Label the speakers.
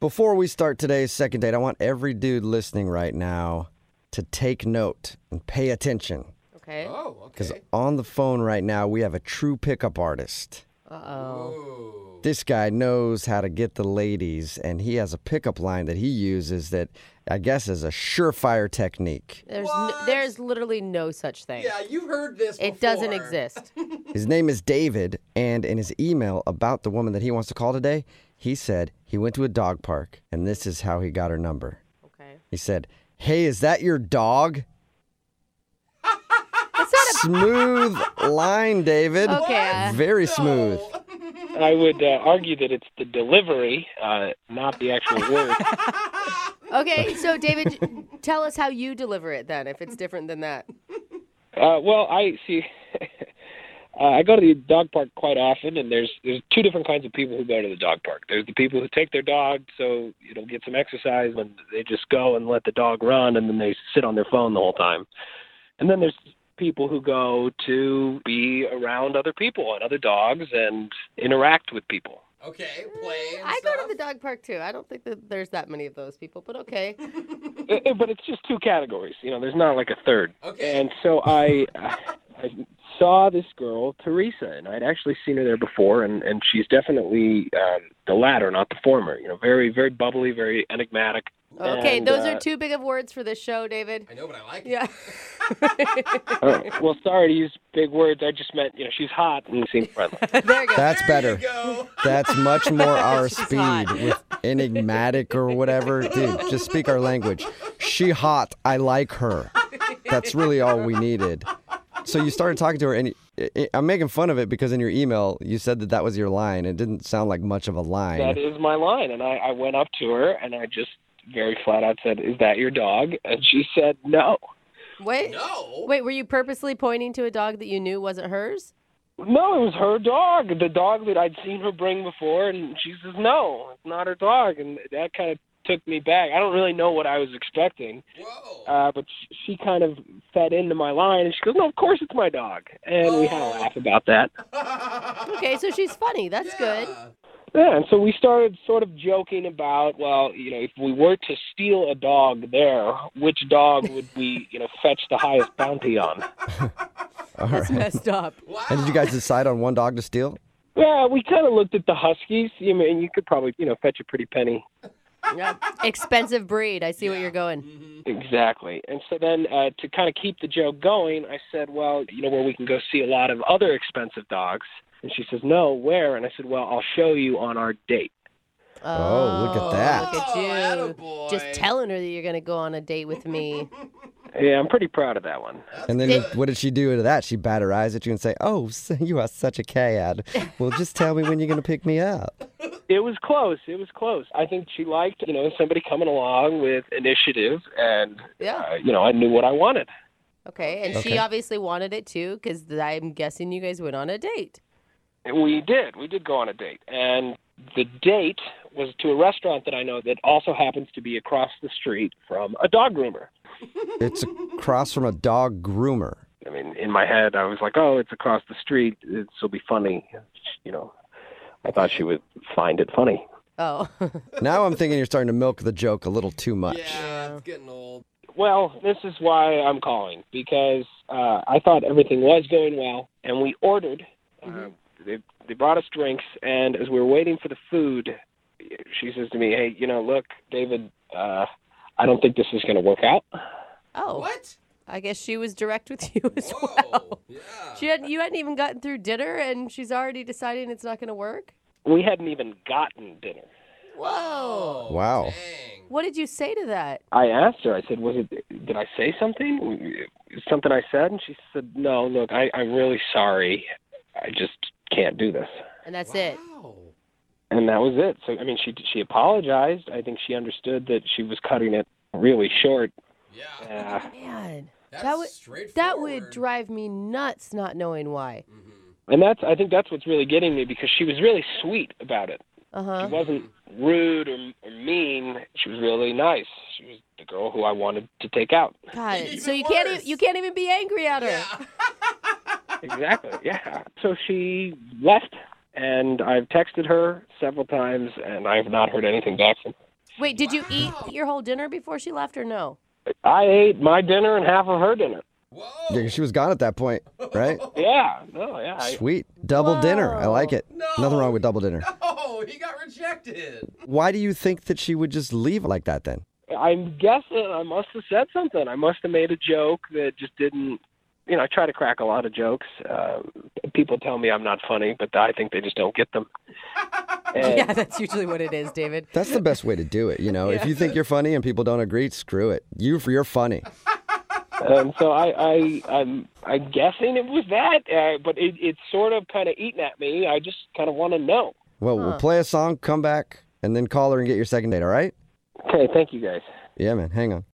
Speaker 1: Before we start today's second date, I want every dude listening right now to take note and pay attention.
Speaker 2: Okay.
Speaker 3: Oh,
Speaker 1: Because
Speaker 3: okay.
Speaker 1: on the phone right now, we have a true pickup artist.
Speaker 2: Uh oh.
Speaker 3: Ooh.
Speaker 1: This guy knows how to get the ladies, and he has a pickup line that he uses that I guess is a surefire technique.
Speaker 2: There's
Speaker 3: What?
Speaker 2: n- there's literally no such thing.
Speaker 3: Yeah, you heard this.
Speaker 2: It doesn't
Speaker 3: before.
Speaker 2: exist.
Speaker 1: His name is David, and in his email about the woman that he wants to call today, he said he went to a dog park, and this is how he got her number.
Speaker 2: okay.
Speaker 1: He said, Hey, is that your dog?
Speaker 2: That's not
Speaker 1: Smooth line, David.
Speaker 2: a okay. uh,
Speaker 1: Very smooth.
Speaker 4: I would uh, argue that it's the delivery, uh, not the actual word.
Speaker 2: okay. So David, tell us how you deliver it then, if it's different than that.
Speaker 4: Uh, well, I see. uh, I go to the dog park quite often, and there's there's two different kinds of people who go to the dog park. There's the people who take their dog so you know get some exercise, and they just go and let the dog run, and then they sit on their phone the whole time. And then there's people who go to be around other people and other dogs and interact with people.
Speaker 3: Okay, play. and
Speaker 2: Mm, I go
Speaker 3: stuff.
Speaker 2: to the dog park too. I don't think that there's that many of those people, but okay.
Speaker 4: Uh, uh, but it's just two categories. You know, there's not like a third.
Speaker 3: Okay.
Speaker 4: And so I, I saw this girl, Teresa, and I'd actually seen her there before, and and she's definitely um, the latter, not the former. You know, very very bubbly, very enigmatic.
Speaker 2: Okay,
Speaker 4: And,
Speaker 2: those
Speaker 4: uh,
Speaker 2: are too big of words for this show, David.
Speaker 3: I know, but I like it.
Speaker 2: Yeah.
Speaker 4: uh, well, sorry to use big words. I just meant you know she's hot and seems friendly.
Speaker 2: there you go.
Speaker 1: That's
Speaker 3: There
Speaker 1: better.
Speaker 3: You go.
Speaker 1: That's much more our
Speaker 2: She's
Speaker 1: speed
Speaker 2: hot.
Speaker 1: with enigmatic or whatever. Dude, just speak our language. She hot. I like her. That's really all we needed. So you started talking to her, and y- I- I'm making fun of it because in your email you said that that was your line. It didn't sound like much of a
Speaker 4: that
Speaker 1: line.
Speaker 4: is my line, and I, I went up to her and I just very flat out said, "Is that your dog?" And she said, "No."
Speaker 2: Wait.
Speaker 3: No.
Speaker 2: Wait, were you purposely pointing to a dog that you knew wasn't hers?
Speaker 4: No, it was her dog, the dog that I'd seen her bring before, and she says, "No, it's not her dog," and that kind of took me back. I don't really know what I was expecting,
Speaker 3: Whoa.
Speaker 4: uh, but sh- she kind of fed into my line, and she goes, "No, of course it's my dog," and we had a laugh about that.
Speaker 1: Uh,
Speaker 2: Okay, so she's funny. That's good.
Speaker 4: Yeah, and so we started sort of joking about, well, you know, if we were to steal a dog there, which dog would we, you know, fetch the highest bounty on?
Speaker 1: All
Speaker 2: That's
Speaker 1: right.
Speaker 2: messed up.
Speaker 3: Wow.
Speaker 1: And did you guys decide on one dog to steal?
Speaker 4: Yeah, we kind of looked at the Huskies. I mean, you could probably, you know, fetch a pretty penny
Speaker 2: Yeah. Expensive breed. I see where
Speaker 3: Yeah.
Speaker 2: you're going.
Speaker 3: Mhm.
Speaker 4: Exactly. And so then uh, to kind of keep the joke going, I said, well, you know, where we can go see a lot of other expensive dogs. And she says, no, where? And I said, well, I'll show you on our date.
Speaker 1: Oh, look at that.
Speaker 2: Look at you.
Speaker 3: Oh, attaboy.
Speaker 2: Just telling her that you're going to go on a date with me.
Speaker 4: Yeah, I'm pretty proud of that one.
Speaker 1: And then what did she do to that? She bat her eyes at you and say, "Oh, so you are such a cad. Well, just tell me when you're gonna pick me up."
Speaker 4: It was close. It was close. I think she liked, you know, somebody coming along with initiative, and
Speaker 2: Yeah.
Speaker 4: uh, you know, I knew what I wanted.
Speaker 2: Okay. And she
Speaker 1: Okay.
Speaker 2: obviously wanted it too because I'm guessing you guys went on a date.
Speaker 4: And we did. We did go on a date, and the date was to a restaurant that I know that also happens to be across the street from a dog groomer.
Speaker 1: It's across from a dog groomer.
Speaker 4: I mean, in my head, I was like, "Oh, it's across the street. This will be funny," you know. I thought she would find it funny.
Speaker 2: Oh.
Speaker 1: Now I'm thinking you're starting to milk the joke a little too much. uh,
Speaker 3: Yeah, it's getting old.
Speaker 4: Well, this is why I'm calling because uh, I thought everything was going well, and we ordered. Uh, they they brought us drinks, and as we were waiting for the food, she says to me, "Hey, you know, look, David, uh, I don't think this is going to work out."
Speaker 2: oh.
Speaker 3: What?
Speaker 2: I guess she was direct with you as
Speaker 3: Whoa.
Speaker 2: well.
Speaker 3: Yeah.
Speaker 2: She hadn't, you hadn't even gotten through dinner and she's already deciding it's not going to work?
Speaker 4: We hadn't even gotten dinner.
Speaker 2: Whoa.
Speaker 3: Oh,
Speaker 1: Wow.
Speaker 3: dang.
Speaker 2: What did you say to that?
Speaker 4: I asked her. I said, "Was it? Did I say something? Something I said?" And she said, "No. Look, I, I'm really sorry. I just can't do this."
Speaker 2: And that's it.
Speaker 3: Wow.
Speaker 4: And that was it. So I mean, she she apologized. I think she understood that she was cutting it really short.
Speaker 3: Yeah.
Speaker 4: Uh,
Speaker 2: Man,
Speaker 3: That's
Speaker 2: That would-
Speaker 3: straightforward.
Speaker 2: that would drive me nuts not knowing why.
Speaker 3: Mhm.
Speaker 4: and that's I think that's what's really getting me because she was really sweet about it.
Speaker 2: Uh
Speaker 4: She
Speaker 2: huh.
Speaker 4: wasn't rude or, or mean. She was really nice. She was the girl who I wanted to take out.
Speaker 2: God. So
Speaker 3: Even
Speaker 2: you can't
Speaker 3: worse.
Speaker 2: e- you can't even be angry at her.
Speaker 3: Yeah.
Speaker 4: Exactly. Yeah. So she left, and I've texted her several times, and I've not heard anything back from her.
Speaker 2: Wait, did you eat your whole dinner before she left or no?
Speaker 4: I ate my dinner and half of her dinner.
Speaker 1: Yeah, 'cause she was gone at that point, right?
Speaker 4: Yeah, no, yeah. I,
Speaker 1: Sweet. Double dinner. I like it.
Speaker 3: No.
Speaker 1: Nothing wrong with double dinner.
Speaker 3: Oh, he got rejected.
Speaker 1: Why do you think that she would just leave like that then?
Speaker 4: I'm guessing I must have said something. I must have made a joke that just didn't. You know, I try to crack a lot of jokes. Uh, people tell me I'm not funny, but I think they just don't get them. And
Speaker 2: Yeah, that's usually what it is, David.
Speaker 1: That's the best way to do it, you know. If you think you're funny and people don't agree, screw it. You you're funny.
Speaker 4: um, so I, I, I'm, I'm guessing it was that, uh, but it, it's sort of kind of eating at me. I just kind of want to know.
Speaker 1: Well, we'll play a song, come back, and then call her and get your second date, all right?
Speaker 4: Okay, thank you guys.
Speaker 1: Yeah, man. Hang on.